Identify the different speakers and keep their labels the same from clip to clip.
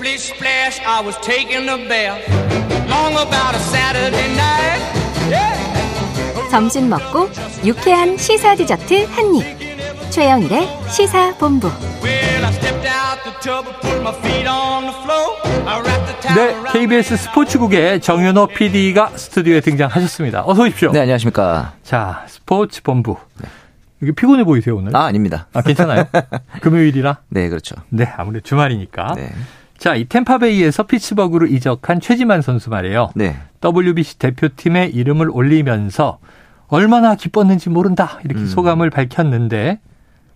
Speaker 1: big splash. I was taking a bath. Long about a Saturday night.
Speaker 2: 점심 먹고 유쾌한 시사 디저트 한 입. 최영일의 시사본부.
Speaker 1: Well, I stepped out the tub and put my feet on the floor. I wrapped the towel
Speaker 3: 네,
Speaker 1: around
Speaker 3: KBS 스포츠국의 정윤호 PD가 스튜디오에 등장하셨습니다. 어서 오십시오.
Speaker 4: 네, 안녕하십니까.
Speaker 3: 자, 스포츠 본부. 이게 피곤해 보이세요, 오늘?
Speaker 4: 아, 아닙니다.
Speaker 3: 아, 괜찮아요? 금요일이라?
Speaker 4: 네, 그렇죠.
Speaker 3: 네, 아무래도 주말이니까.
Speaker 4: 네.
Speaker 3: 자, 이 템파베이에서 피츠버그로 이적한 최지만 선수 말이에요.
Speaker 4: 네.
Speaker 3: WBC 대표팀에 이름을 올리면서 얼마나 기뻤는지 모른다.
Speaker 4: 음.
Speaker 3: 이렇게 소감을 밝혔는데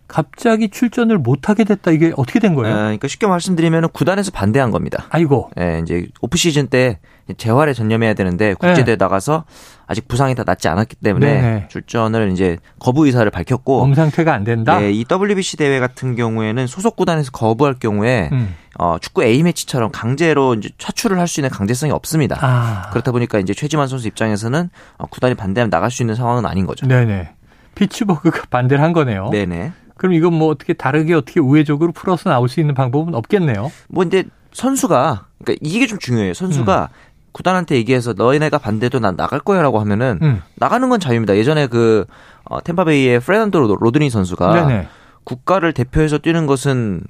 Speaker 3: 갑자기 출전을 못하게 됐다. 이게 어떻게 된
Speaker 4: 아,
Speaker 3: 거예요?
Speaker 4: 그러니까 쉽게 말씀드리면 구단에서 반대한 겁니다.
Speaker 3: 아이고.
Speaker 4: 예, 이제 오프 시즌 때 재활에 전념해야 되는데 국제대회 나가서 아직 부상이 다 낫지 않았기 때문에
Speaker 3: 네. 네네.
Speaker 4: 출전을 이제 거부 의사를 밝혔고
Speaker 3: 몸 상태가 안 된다.
Speaker 4: 네, 이 WBC 대회 같은 경우에는 소속 구단에서 거부할 경우에
Speaker 3: 음.
Speaker 4: 어, 축구 A 매치처럼 강제로 이제 차출을 할 수 있는 강제성이 없습니다.
Speaker 3: 아.
Speaker 4: 그렇다 보니까 이제 최지만 선수 입장에서는 어, 구단이 반대하면 나갈 수 있는 상황은 아닌 거죠.
Speaker 3: 네네. 피츠버그가 반대를 한 거네요.
Speaker 4: 네네.
Speaker 3: 그럼 이건 뭐 어떻게 다르게 어떻게 우회적으로 풀어서 나올 수 있는 방법은 없겠네요.
Speaker 4: 뭐 이제 선수가 그러니까 이게 좀 중요해요.
Speaker 3: 음.
Speaker 4: 선수가 구단한테 얘기해서 너희네가 반대도 난 나갈 거야라고 하면은
Speaker 3: 음.
Speaker 4: 나가는 건 자유입니다. 예전에 그 어, 템파베이의 프레난도 로- 로드니 선수가
Speaker 3: 네네.
Speaker 4: 국가를 대표해서 뛰는 것은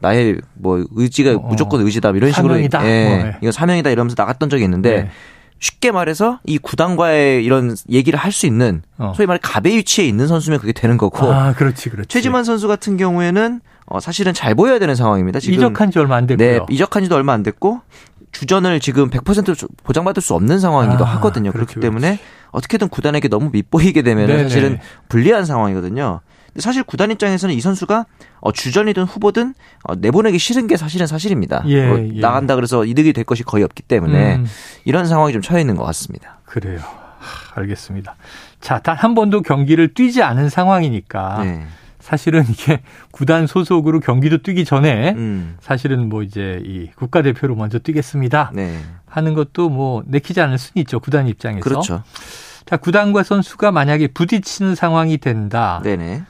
Speaker 4: 나의 뭐 의지가
Speaker 3: 어,
Speaker 4: 무조건 의지다 이런 식으로
Speaker 3: 사명이다.
Speaker 4: 예,
Speaker 3: 뭐, 네.
Speaker 4: 이건 사명이다 이러면서 나갔던 적이 있는데
Speaker 3: 네.
Speaker 4: 쉽게 말해서 이 구단과의 이런 얘기를 할 수 있는
Speaker 3: 어.
Speaker 4: 소위 말해 갑의 위치에 있는 선수면 그게 되는 거고
Speaker 3: 아, 그렇지, 그렇지.
Speaker 4: 최지만 선수 같은 경우에는 어, 사실은 잘 보여야 되는 상황입니다. 지금
Speaker 3: 이적한 지 얼마 안 됐고요.
Speaker 4: 네, 이적한 지도 얼마 안 됐고 주전을 지금 100% 조- 보장받을 수 없는 상황이기도
Speaker 3: 아,
Speaker 4: 하거든요. 그렇기
Speaker 3: 그렇죠,
Speaker 4: 때문에 어떻게든 구단에게 너무 밑보이게 되면
Speaker 3: 네네.
Speaker 4: 사실은 불리한 상황이거든요. 근데 사실 구단 입장에서는 이 선수가 어, 주전이든 후보든 어, 내보내기 싫은 게 사실은 사실입니다.
Speaker 3: 예,
Speaker 4: 뭐
Speaker 3: 예.
Speaker 4: 나간다 그래서 이득이 될 것이 거의 없기 때문에
Speaker 3: 음.
Speaker 4: 이런 상황이 좀 처해 있는 것 같습니다.
Speaker 3: 그래요. 하, 알겠습니다. 자, 단 한 번도 경기를 뛰지 않은 상황이니까
Speaker 4: 네.
Speaker 3: 사실은 이게 구단 소속으로 경기도 뛰기 전에
Speaker 4: 음,
Speaker 3: 사실은 뭐 이제 이 국가대표로 먼저 뛰겠습니다
Speaker 4: 네.
Speaker 3: 하는 것도 뭐 내키지 않을 수는 있죠. 구단 입장에서.
Speaker 4: 그렇죠.
Speaker 3: 자, 구단과 선수가 만약에 부딪히는 상황이 된다.
Speaker 4: 네네.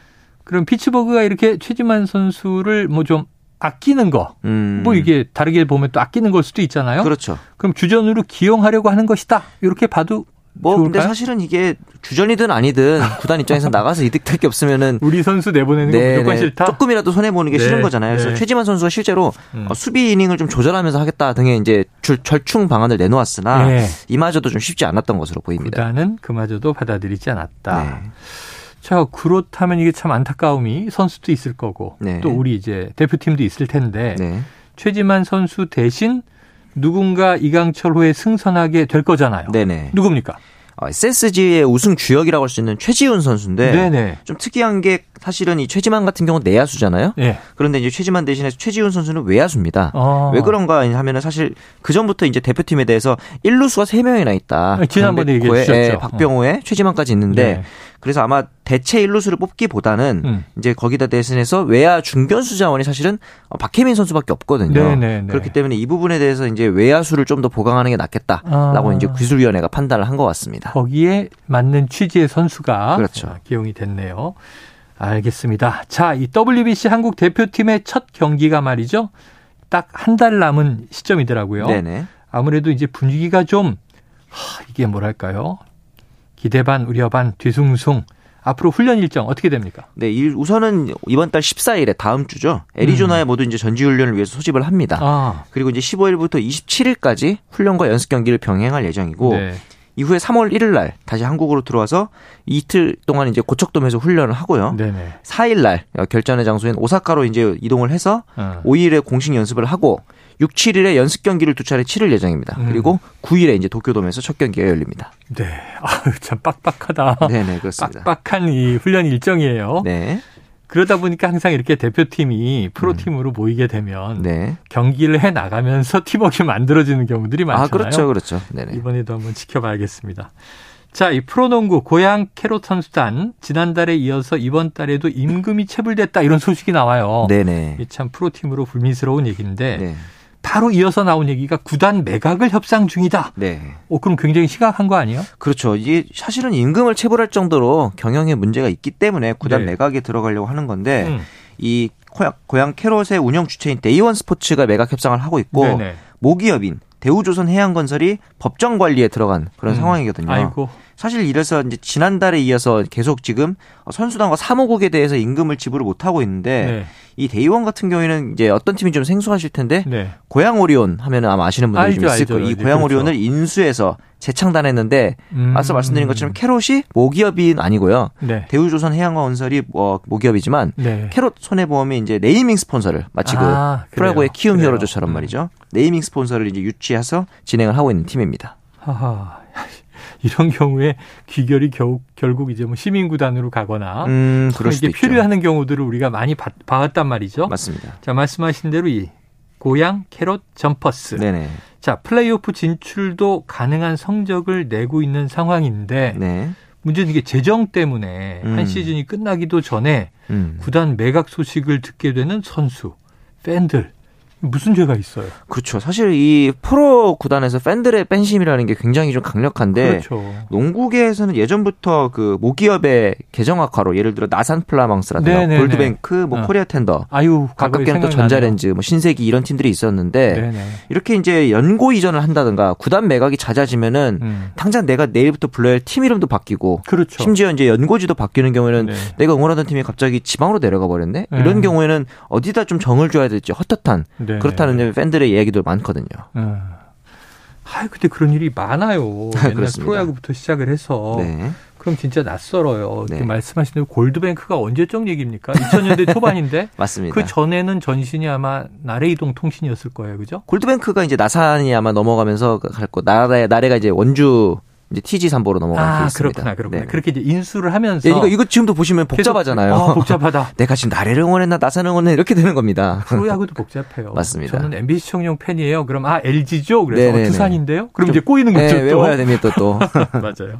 Speaker 3: 그럼 피츠버그가 이렇게 최지만 선수를 뭐 좀 아끼는 거.
Speaker 4: 음.
Speaker 3: 뭐 이게 다르게 보면 또 아끼는 걸 수도 있잖아요.
Speaker 4: 그렇죠.
Speaker 3: 그럼 주전으로 기용하려고 하는 것이다. 이렇게 봐도
Speaker 4: 뭐 근데
Speaker 3: 좋을까요?
Speaker 4: 사실은 이게 주전이든 아니든 구단 입장에서 나가서 이득 될 게 없으면은
Speaker 3: 우리 선수 내보내는 거 무조건 싫다.
Speaker 4: 네, 조금이라도 손해 보는 게
Speaker 3: 네,
Speaker 4: 싫은 거잖아요. 그래서
Speaker 3: 네.
Speaker 4: 최지만 선수가 실제로
Speaker 3: 음.
Speaker 4: 어, 수비 이닝을 좀 조절하면서 하겠다 등의 이제 줄- 절충 방안을 내놓았으나
Speaker 3: 네.
Speaker 4: 이마저도 좀 쉽지 않았던 것으로 보입니다.
Speaker 3: 구단은 그마저도 받아들이지 않았다.
Speaker 4: 네.
Speaker 3: 자, 그렇다면 이게 참 안타까움이 선수도 있을 거고
Speaker 4: 네.
Speaker 3: 또 우리 이제 대표팀도 있을 텐데
Speaker 4: 네.
Speaker 3: 최지만 선수 대신 누군가 이강철호에 승선하게 될 거잖아요.
Speaker 4: 네네.
Speaker 3: 누굽니까?
Speaker 4: 어, SSG의 우승 주역이라고 할 수 있는 최지훈 선수인데
Speaker 3: 네네.
Speaker 4: 좀 특이한 게 사실은 이 최지만 같은 경우 는 내야수잖아요.
Speaker 3: 예.
Speaker 4: 그런데 이제 최지만 대신에 최지훈 선수는 외야수입니다.
Speaker 3: 어.
Speaker 4: 왜 그런가 하면은 사실 그 전부터 이제 대표팀에 대해서 1루수가 3명이나 있다.
Speaker 3: 아, 지난번에
Speaker 4: 강백호에,
Speaker 3: 얘기해 주셨죠.
Speaker 4: 예, 박병호에 최지만까지 있는데
Speaker 3: 네.
Speaker 4: 그래서 아마 대체 1루수를 뽑기보다는
Speaker 3: 음.
Speaker 4: 이제 거기다 대신해서 외야 중견수 자원이 사실은 어, 박혜민 선수밖에 없거든요.
Speaker 3: 네, 네, 네.
Speaker 4: 그렇기 때문에 이 부분에 대해서 이제 외야수를 좀 더 보강하는 게 낫겠다라고
Speaker 3: 아.
Speaker 4: 이제 기술위원회가 판단을 한 것 같습니다.
Speaker 3: 거기에 맞는 취지의 선수가
Speaker 4: 그렇죠.
Speaker 3: 아, 기용이 됐네요. 알겠습니다. 자, 이 WBC 한국 대표팀의 첫 경기가 말이죠. 딱 한 달 남은 시점이더라고요.
Speaker 4: 네네.
Speaker 3: 아무래도 이제 분위기가 좀 하, 이게 뭐랄까요? 기대 반 우려 반 뒤숭숭. 앞으로 훈련 일정 어떻게 됩니까?
Speaker 4: 네, 일- 우선은 이번 달 14일에 다음 주죠. 애리조나에 모두 이제 전지훈련을 위해서 소집을 합니다.
Speaker 3: 아,
Speaker 4: 그리고 이제 15일부터 27일까지 훈련과 연습 경기를 병행할 예정이고
Speaker 3: 네.
Speaker 4: 이후에 3월 1일 날 다시 한국으로 들어와서 이틀 동안 이제 고척돔에서 훈련을 하고요.
Speaker 3: 네네.
Speaker 4: 4일 날 결전의 장소인 오사카로 이제 이동을 해서
Speaker 3: 어.
Speaker 4: 5일에 공식 연습을 하고 6, 7일에 연습 경기를 두 차례 치를 예정입니다.
Speaker 3: 음.
Speaker 4: 그리고 9일에 이제 도쿄돔에서 첫 경기가 열립니다.
Speaker 3: 네. 아유, 참 빡빡하다.
Speaker 4: 네, 네, 그렇습니다.
Speaker 3: 어, 빡빡한 어? 이 훈련 일정이에요.
Speaker 4: 네.
Speaker 3: 그러다 보니까 항상 이렇게 대표팀이 프로팀으로 모이게 되면
Speaker 4: 음. 네.
Speaker 3: 경기를 해 나가면서 팀워크 만들어지는 경우들이 많잖아요.
Speaker 4: 아, 그렇죠. 그렇죠. 네, 네.
Speaker 3: 이번에도 한번 지켜봐야겠습니다. 자, 이 프로농구 고양 캐롯 선수단 지난달에 이어서 이번 달에도 임금이 체불됐다 이런 소식이 나와요.
Speaker 4: 네, 네.
Speaker 3: 이 참 프로팀으로 불미스러운 얘기인데
Speaker 4: 네.
Speaker 3: 바로 이어서 나온 얘기가 구단 매각을 협상 중이다.
Speaker 4: 네.
Speaker 3: 어, 그럼 굉장히 심각한 거 아니에요?
Speaker 4: 그렇죠. 이게 사실은 임금을 체불할 정도로 경영에 문제가 있기 때문에 구단
Speaker 3: 네.
Speaker 4: 매각에 들어가려고 하는 건데
Speaker 3: 음.
Speaker 4: 이 고양, 고양 캐롯의 운영 주체인 데이원 스포츠가 매각 협상을 하고 있고
Speaker 3: 네네.
Speaker 4: 모기업인 대우조선해양건설이 법정 관리에 들어간 그런 상황이거든요.
Speaker 3: 음. 아이고.
Speaker 4: 사실 이래서 이제 지난달에 이어서 계속 지금 선수단과 사모국에 대해서 임금을 지불을 못 하고 있는데
Speaker 3: 네.
Speaker 4: 이 데이원 같은 경우에는 이제 어떤 팀이 좀 생소하실 텐데
Speaker 3: 네.
Speaker 4: 고양 오리온 하면 아마 아시는 분들이 좀
Speaker 3: 알죠,
Speaker 4: 있을
Speaker 3: 알죠.
Speaker 4: 거예요. 이
Speaker 3: 이제
Speaker 4: 고양
Speaker 3: 그렇죠.
Speaker 4: 오리온을 인수해서 재창단했는데
Speaker 3: 음.
Speaker 4: 앞서 말씀드린 것처럼 캐롯이 모기업인 아니고요.
Speaker 3: 네.
Speaker 4: 대우조선 해양건설이 뭐 모기업이지만
Speaker 3: 네.
Speaker 4: 캐롯 손해보험이 이제 네이밍 스폰서를 마치 그
Speaker 3: 아, 그래요.
Speaker 4: 프라고의 키움
Speaker 3: 그래요. 음.
Speaker 4: 히어로즈처럼 말이죠. 네이밍 스폰서를 이제 유치해서 진행을 하고 있는 팀입니다.
Speaker 3: 하하. 이런 경우에 귀결이 겨우, 결국 이제 뭐 시민구단으로 가거나
Speaker 4: 음, 그럴
Speaker 3: 아, 그러니까
Speaker 4: 수도
Speaker 3: 이게
Speaker 4: 있죠.
Speaker 3: 필요하는 경우들을 우리가 많이 봤- 봐왔단 말이죠.
Speaker 4: 맞습니다.
Speaker 3: 자 말씀하신 대로 이 고양 캐럿 점퍼스.
Speaker 4: 네네.
Speaker 3: 자 플레이오프 진출도 가능한 성적을 내고 있는 상황인데
Speaker 4: 네.
Speaker 3: 문제는 이게 재정 때문에
Speaker 4: 음.
Speaker 3: 한 시즌이 끝나기도 전에
Speaker 4: 음.
Speaker 3: 구단 매각 소식을 듣게 되는 선수, 팬들 무슨 죄가 있어요?
Speaker 4: 그렇죠. 사실 이 프로 구단에서 팬들의 팬심이라는 게 굉장히 좀 강력한데
Speaker 3: 그렇죠.
Speaker 4: 농구계에서는 예전부터 그 모기업의 개정학화로 예를 들어 나산 플라망스라든가
Speaker 3: 네네네.
Speaker 4: 골드뱅크, 뭐
Speaker 3: 어.
Speaker 4: 코리아 텐더
Speaker 3: 아유 과거에
Speaker 4: 가깝게는 또
Speaker 3: 생각나네요.
Speaker 4: 전자렌즈, 뭐 신세기 이런 팀들이 있었는데
Speaker 3: 네네.
Speaker 4: 이렇게 이제 연고 이전을 한다든가 구단 매각이 잦아지면은
Speaker 3: 음.
Speaker 4: 당장 내가 내일부터 불러야 할 팀 이름도 바뀌고
Speaker 3: 그렇죠.
Speaker 4: 심지어 이제 연고지도 바뀌는 경우에는
Speaker 3: 네.
Speaker 4: 내가 응원하던 팀이 갑자기 지방으로 내려가 버렸네
Speaker 3: 네.
Speaker 4: 이런 경우에는 어디다 좀 정을 줘야 될지 헛헛한
Speaker 3: 네.
Speaker 4: 그렇다는 이제 팬들의 이야기도 많거든요.
Speaker 3: 음. 아 근데 그런 일이 많아요. 옛날
Speaker 4: 그렇습니다.
Speaker 3: 프로야구부터 시작을 해서
Speaker 4: 네.
Speaker 3: 그럼 진짜 낯설어요.
Speaker 4: 네.
Speaker 3: 지금 말씀하신 대로 골드뱅크가 언제적 얘기입니까? 2000년대 초반인데
Speaker 4: 맞습니다.
Speaker 3: 그 전에는 전신이 아마 나래이동 통신이었을 거예요, 그죠?
Speaker 4: 골드뱅크가 이제 나산이 아마 넘어가면서 갈 거. 나래 나래가 이제 원주 이제 TG 삼보로 넘어간 게
Speaker 3: 아
Speaker 4: 있습니다.
Speaker 3: 그렇구나, 그렇구나.
Speaker 4: 네.
Speaker 3: 그렇게 이제 인수를 하면서
Speaker 4: 예, 이거 이거 지금도 보시면
Speaker 3: 계속-
Speaker 4: 복잡하잖아요.
Speaker 3: 아, 복잡하다.
Speaker 4: 내가 지금 나래를 응원했나 나산 응원했나 이렇게 되는 겁니다.
Speaker 3: 프로야구도 복잡해요.
Speaker 4: 맞습니다.
Speaker 3: 저는 MBC 청룡 팬이에요. 그럼 아 LG죠. 그래서
Speaker 4: 네네네.
Speaker 3: 어, 두산인데요. 그럼
Speaker 4: 좀-
Speaker 3: 이제 꼬이는 거죠.
Speaker 4: 네,
Speaker 3: 또.
Speaker 4: 외워야 됩니다 또. 또.
Speaker 3: 맞아요.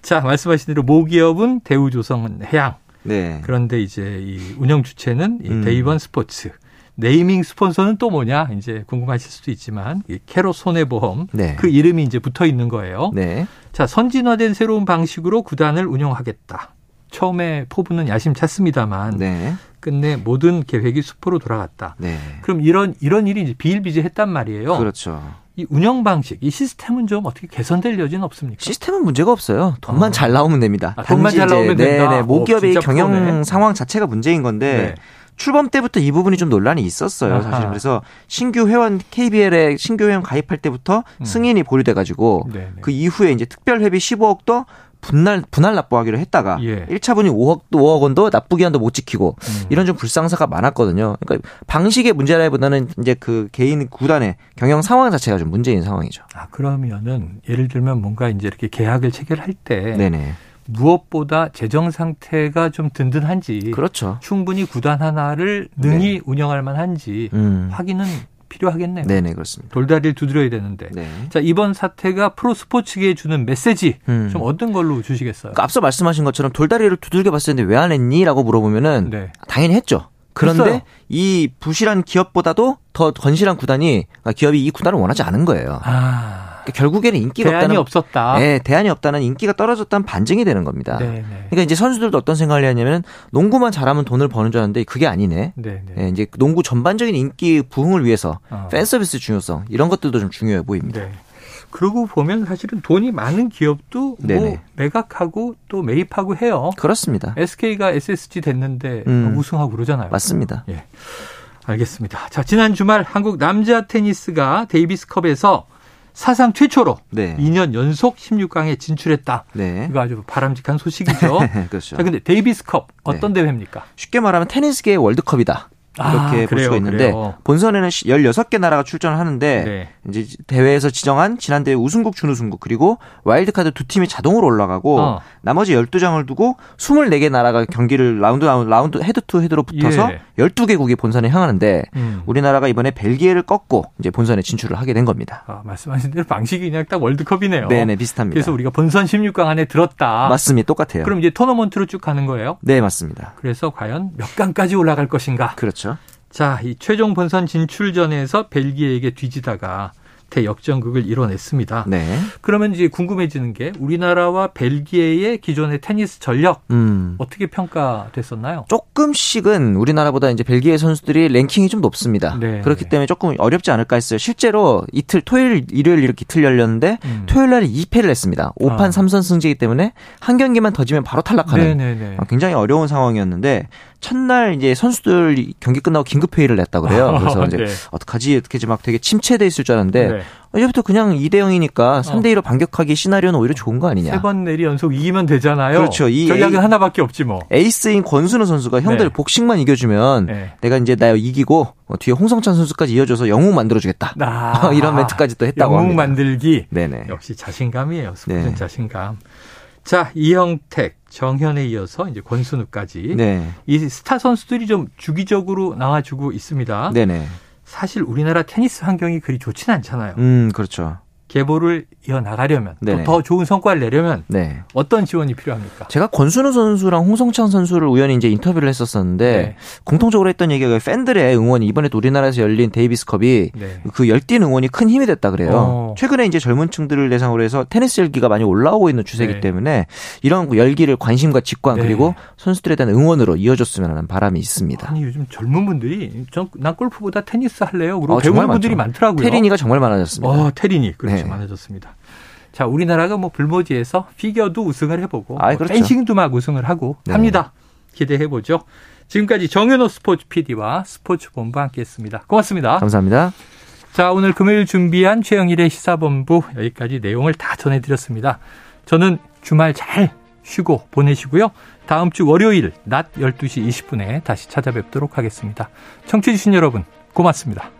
Speaker 3: 자 말씀하신 대로 모기업은 대우조선 해양.
Speaker 4: 네.
Speaker 3: 그런데 이제 이 운영 주체는 이
Speaker 4: 음.
Speaker 3: 데이번 스포츠. 네이밍 스폰서는 또 뭐냐? 이제 궁금하실 수도 있지만 이 캐롯 손해보험
Speaker 4: 네.
Speaker 3: 그 이름이 이제 붙어 있는 거예요.
Speaker 4: 네.
Speaker 3: 자 선진화된 새로운 방식으로 구단을 운영하겠다. 처음에 포부는 야심찼습니다만
Speaker 4: 네.
Speaker 3: 끝내 모든 계획이 수포로 돌아갔다.
Speaker 4: 네.
Speaker 3: 그럼 이런 이런 일이 이제 비일비재했단 말이에요.
Speaker 4: 그렇죠.
Speaker 3: 이 운영 방식, 이 시스템은 좀 어떻게 개선될 여지는 없습니까?
Speaker 4: 시스템은 문제가 없어요. 돈만
Speaker 3: 아.
Speaker 4: 잘 나오면 됩니다.
Speaker 3: 아, 돈만
Speaker 4: 단지
Speaker 3: 잘
Speaker 4: 이제
Speaker 3: 나오면
Speaker 4: 네,
Speaker 3: 된다.
Speaker 4: 네, 모기업의
Speaker 3: 어, 진짜
Speaker 4: 경영
Speaker 3: 프로네.
Speaker 4: 상황 자체가 문제인 건데
Speaker 3: 네.
Speaker 4: 출범 때부터 이 부분이 좀 논란이 있었어요. 사실
Speaker 3: 아하.
Speaker 4: 그래서 신규 회원 KBL에 신규 회원 가입할 때부터 승인이 보류돼가지고
Speaker 3: 음. 네, 네.
Speaker 4: 그 이후에 이제 특별회비 15억도 분할 분할 납부하기로 했다가
Speaker 3: 예. 음.
Speaker 4: 1차분이 5억도 5억 원도 납부 기한도 못 지키고 이런 좀 불상사가 많았거든요. 그러니까 방식의 문제라기보다는 이제 그 개인 구단의 경영 상황 자체가 좀 문제인 상황이죠.
Speaker 3: 아 그러면은 예를 들면 뭔가 이제 이렇게 계약을 체결할 때
Speaker 4: 네네.
Speaker 3: 무엇보다 재정 상태가 좀 든든한지
Speaker 4: 그렇죠. 네.
Speaker 3: 충분히 구단 하나를 능히 운영할 만한지
Speaker 4: 음.
Speaker 3: 확인은 필요하겠네요.
Speaker 4: 네네 그렇습니다.
Speaker 3: 돌다리를 두드려야 되는데.
Speaker 4: 네.
Speaker 3: 자 이번 사태가 프로 스포츠계에 주는 메시지
Speaker 4: 음.
Speaker 3: 좀 어떤 걸로 주시겠어요?
Speaker 4: 그러니까 앞서 말씀하신 것처럼 돌다리를 두들겨 봤었는데 왜 안 했니?라고 물어보면은
Speaker 3: 네.
Speaker 4: 당연히 했죠. 그런데
Speaker 3: 했어요.
Speaker 4: 이 부실한 기업보다도 더 건실한 구단이 그러니까 기업이 이 구단을 원하지 않은 거예요.
Speaker 3: 아
Speaker 4: 그러니까 결국에는 인기가
Speaker 3: 대안이
Speaker 4: 없다는
Speaker 3: 없었다. 아.
Speaker 4: 네, 대안이 없다는 인기가 떨어졌다는 반증이 되는 겁니다.
Speaker 3: 네네.
Speaker 4: 그러니까 이제 선수들도 어떤 생각을 하냐면 농구만 잘하면 돈을 버는 줄 알았는데 그게 아니네.
Speaker 3: 네네.
Speaker 4: 네, 이제 농구 전반적인 인기 부흥을 위해서
Speaker 3: 어.
Speaker 4: 팬 서비스 중요성 이런 것들도 좀 중요해 보입니다.
Speaker 3: 네. 그러고 보면 사실은 돈이 많은 기업도 뭐
Speaker 4: 네네.
Speaker 3: 매각하고 또 매입하고 해요.
Speaker 4: 그렇습니다.
Speaker 3: 네. SK가 SSG 됐는데
Speaker 4: 음.
Speaker 3: 우승하고 그러잖아요.
Speaker 4: 맞습니다.
Speaker 3: 예. 알겠습니다. 자, 지난 주말 한국 남자 테니스가 데이비스컵에서 사상 최초로
Speaker 4: 네.
Speaker 3: 2년 연속 16강에 진출했다.
Speaker 4: 네.
Speaker 3: 이거 아주 바람직한 소식이죠.
Speaker 4: 그렇죠.
Speaker 3: 자, 근데 데이비스컵 어떤 대회입니까?
Speaker 4: 쉽게 말하면 테니스계의 월드컵이다.
Speaker 3: 아,
Speaker 4: 이렇게 볼
Speaker 3: 그래요,
Speaker 4: 수가 있는데
Speaker 3: 그래요.
Speaker 4: 본선에는 16개 나라가 출전을 하는데
Speaker 3: 네.
Speaker 4: 이제 대회에서 지정한 지난 대회 우승국 준우승국 그리고 와일드카드 두 팀이 자동으로 올라가고
Speaker 3: 어.
Speaker 4: 나머지 12장을 두고 24개 나라가 경기를 라운드 라운드, 라운드 헤드 투 헤드로 붙어서
Speaker 3: 예.
Speaker 4: 12개국이 본선에 향하는데
Speaker 3: 음.
Speaker 4: 우리나라가 이번에 벨기에를 꺾고 이제 본선에 진출을 하게 된 겁니다.
Speaker 3: 아, 말씀하신 대로 방식이 그냥 딱 월드컵이네요.
Speaker 4: 네, 네, 비슷합니다.
Speaker 3: 그래서 우리가 본선 16강 안에 들었다.
Speaker 4: 맞습니다. 똑같아요.
Speaker 3: 그럼 이제 토너먼트로 쭉 가는 거예요.
Speaker 4: 네, 맞습니다.
Speaker 3: 그래서 과연 몇 강까지 올라갈 것인가?
Speaker 4: 그렇죠.
Speaker 3: 자, 이 최종 본선 진출전에서 벨기에에게 뒤지다가 사태 역전극을 이뤄냈습니다.
Speaker 4: 네.
Speaker 3: 그러면 이제 궁금해지는 게 우리나라와 벨기에의 기존의 테니스 전력
Speaker 4: 음.
Speaker 3: 어떻게 평가됐었나요?
Speaker 4: 조금씩은 우리나라보다 이제 벨기에 선수들이 랭킹이 좀 높습니다.
Speaker 3: 네.
Speaker 4: 그렇기 때문에 조금 어렵지 않을까 했어요. 실제로 이틀 토요일 일요일 이렇게 이틀 열렸는데
Speaker 3: 음.
Speaker 4: 토요일 날에 2패를 했습니다. 5판
Speaker 3: 아.
Speaker 4: 3선 승제이기 때문에 한 경기만 더 지면 바로 탈락하는
Speaker 3: 네네네.
Speaker 4: 아, 굉장히 어려운 상황이었는데 첫날 이제 선수들 이 경기 끝나고 긴급 회의를 냈다 그래요. 그래서 이제
Speaker 3: 네.
Speaker 4: 어떡하지 어떻게 이제 막 되게 침체돼 있을 줄 알았는데
Speaker 3: 네. 어.
Speaker 4: 이제부터 그냥 2대 0이니까 3대 2로 반격하기 시나리오는 오히려 좋은 거 아니냐.
Speaker 3: 세 번 내리 연속 이기면 되잖아요.
Speaker 4: 그렇죠. 이
Speaker 3: 전략은
Speaker 4: A-
Speaker 3: 하나밖에 없지 뭐.
Speaker 4: 에이스인 권순우 선수가 형들
Speaker 3: 네.
Speaker 4: 복싱만 이겨주면
Speaker 3: 네.
Speaker 4: 내가 이제 나 이기고 어, 뒤에 홍성찬 선수까지 이어줘서 영웅 만들어주겠다.
Speaker 3: 아,
Speaker 4: 이런 멘트까지 또 했다고
Speaker 3: 영웅
Speaker 4: 합니다.
Speaker 3: 만들기.
Speaker 4: 네네.
Speaker 3: 역시 자신감이에요. 스포츠
Speaker 4: 네.
Speaker 3: 자신감. 자, 이형택, 정현에 이어서 이제 권순우까지.
Speaker 4: 네.
Speaker 3: 이 스타 선수들이 좀 주기적으로 나와주고 있습니다.
Speaker 4: 네네.
Speaker 3: 사실 우리나라 테니스 환경이 그리 좋진 않잖아요.
Speaker 4: 음 그렇죠.
Speaker 3: 계보를 이어나가려면 또
Speaker 4: 네네.
Speaker 3: 더 좋은 성과를 내려면
Speaker 4: 네.
Speaker 3: 어떤 지원이 필요합니까?
Speaker 4: 제가 권순우 선수랑 홍성찬 선수를 우연히 이제 인터뷰를 했었었는데
Speaker 3: 네.
Speaker 4: 공통적으로 했던 얘기가 그 팬들의 응원이 이번에 또 우리나라에서 열린 데이비스컵이
Speaker 3: 네.
Speaker 4: 그 열띤 응원이 큰 힘이 됐다 그래요.
Speaker 3: 어.
Speaker 4: 최근에 이제 젊은 층들을 대상으로 해서 테니스 열기가 많이 올라오고 있는 추세이기
Speaker 3: 네.
Speaker 4: 때문에 이런 그 열기를 관심과 직관
Speaker 3: 네.
Speaker 4: 그리고 선수들에 대한 응원으로 이어줬으면 하는 바람이 있습니다.
Speaker 3: 아니 요즘 젊은 분들이 전 난 골프보다 테니스 할래요. 그리고
Speaker 4: 어, 정말
Speaker 3: 배우는 분들이
Speaker 4: 많죠.
Speaker 3: 많더라고요.
Speaker 4: 테린이가 정말 많아졌습니다.
Speaker 3: 어, 테린이 그렇죠
Speaker 4: 네.
Speaker 3: 많아졌습니다. 자, 우리나라가 뭐 불모지에서 피겨도 우승을 해보고
Speaker 4: 아이,
Speaker 3: 뭐
Speaker 4: 그렇죠.
Speaker 3: 펜싱도 막 우승을 하고
Speaker 4: 네.
Speaker 3: 합니다. 기대해 보죠. 지금까지 정현호 스포츠 PD와 스포츠 본부 함께했습니다. 고맙습니다.
Speaker 4: 감사합니다.
Speaker 3: 자, 오늘 금요일 준비한 최영일의 시사본부 여기까지 내용을 다 전해드렸습니다. 저는 주말 잘 쉬고 보내시고요. 다음 주 월요일 낮 12시 20분에 다시 찾아뵙도록 하겠습니다. 청취해주신 여러분, 고맙습니다.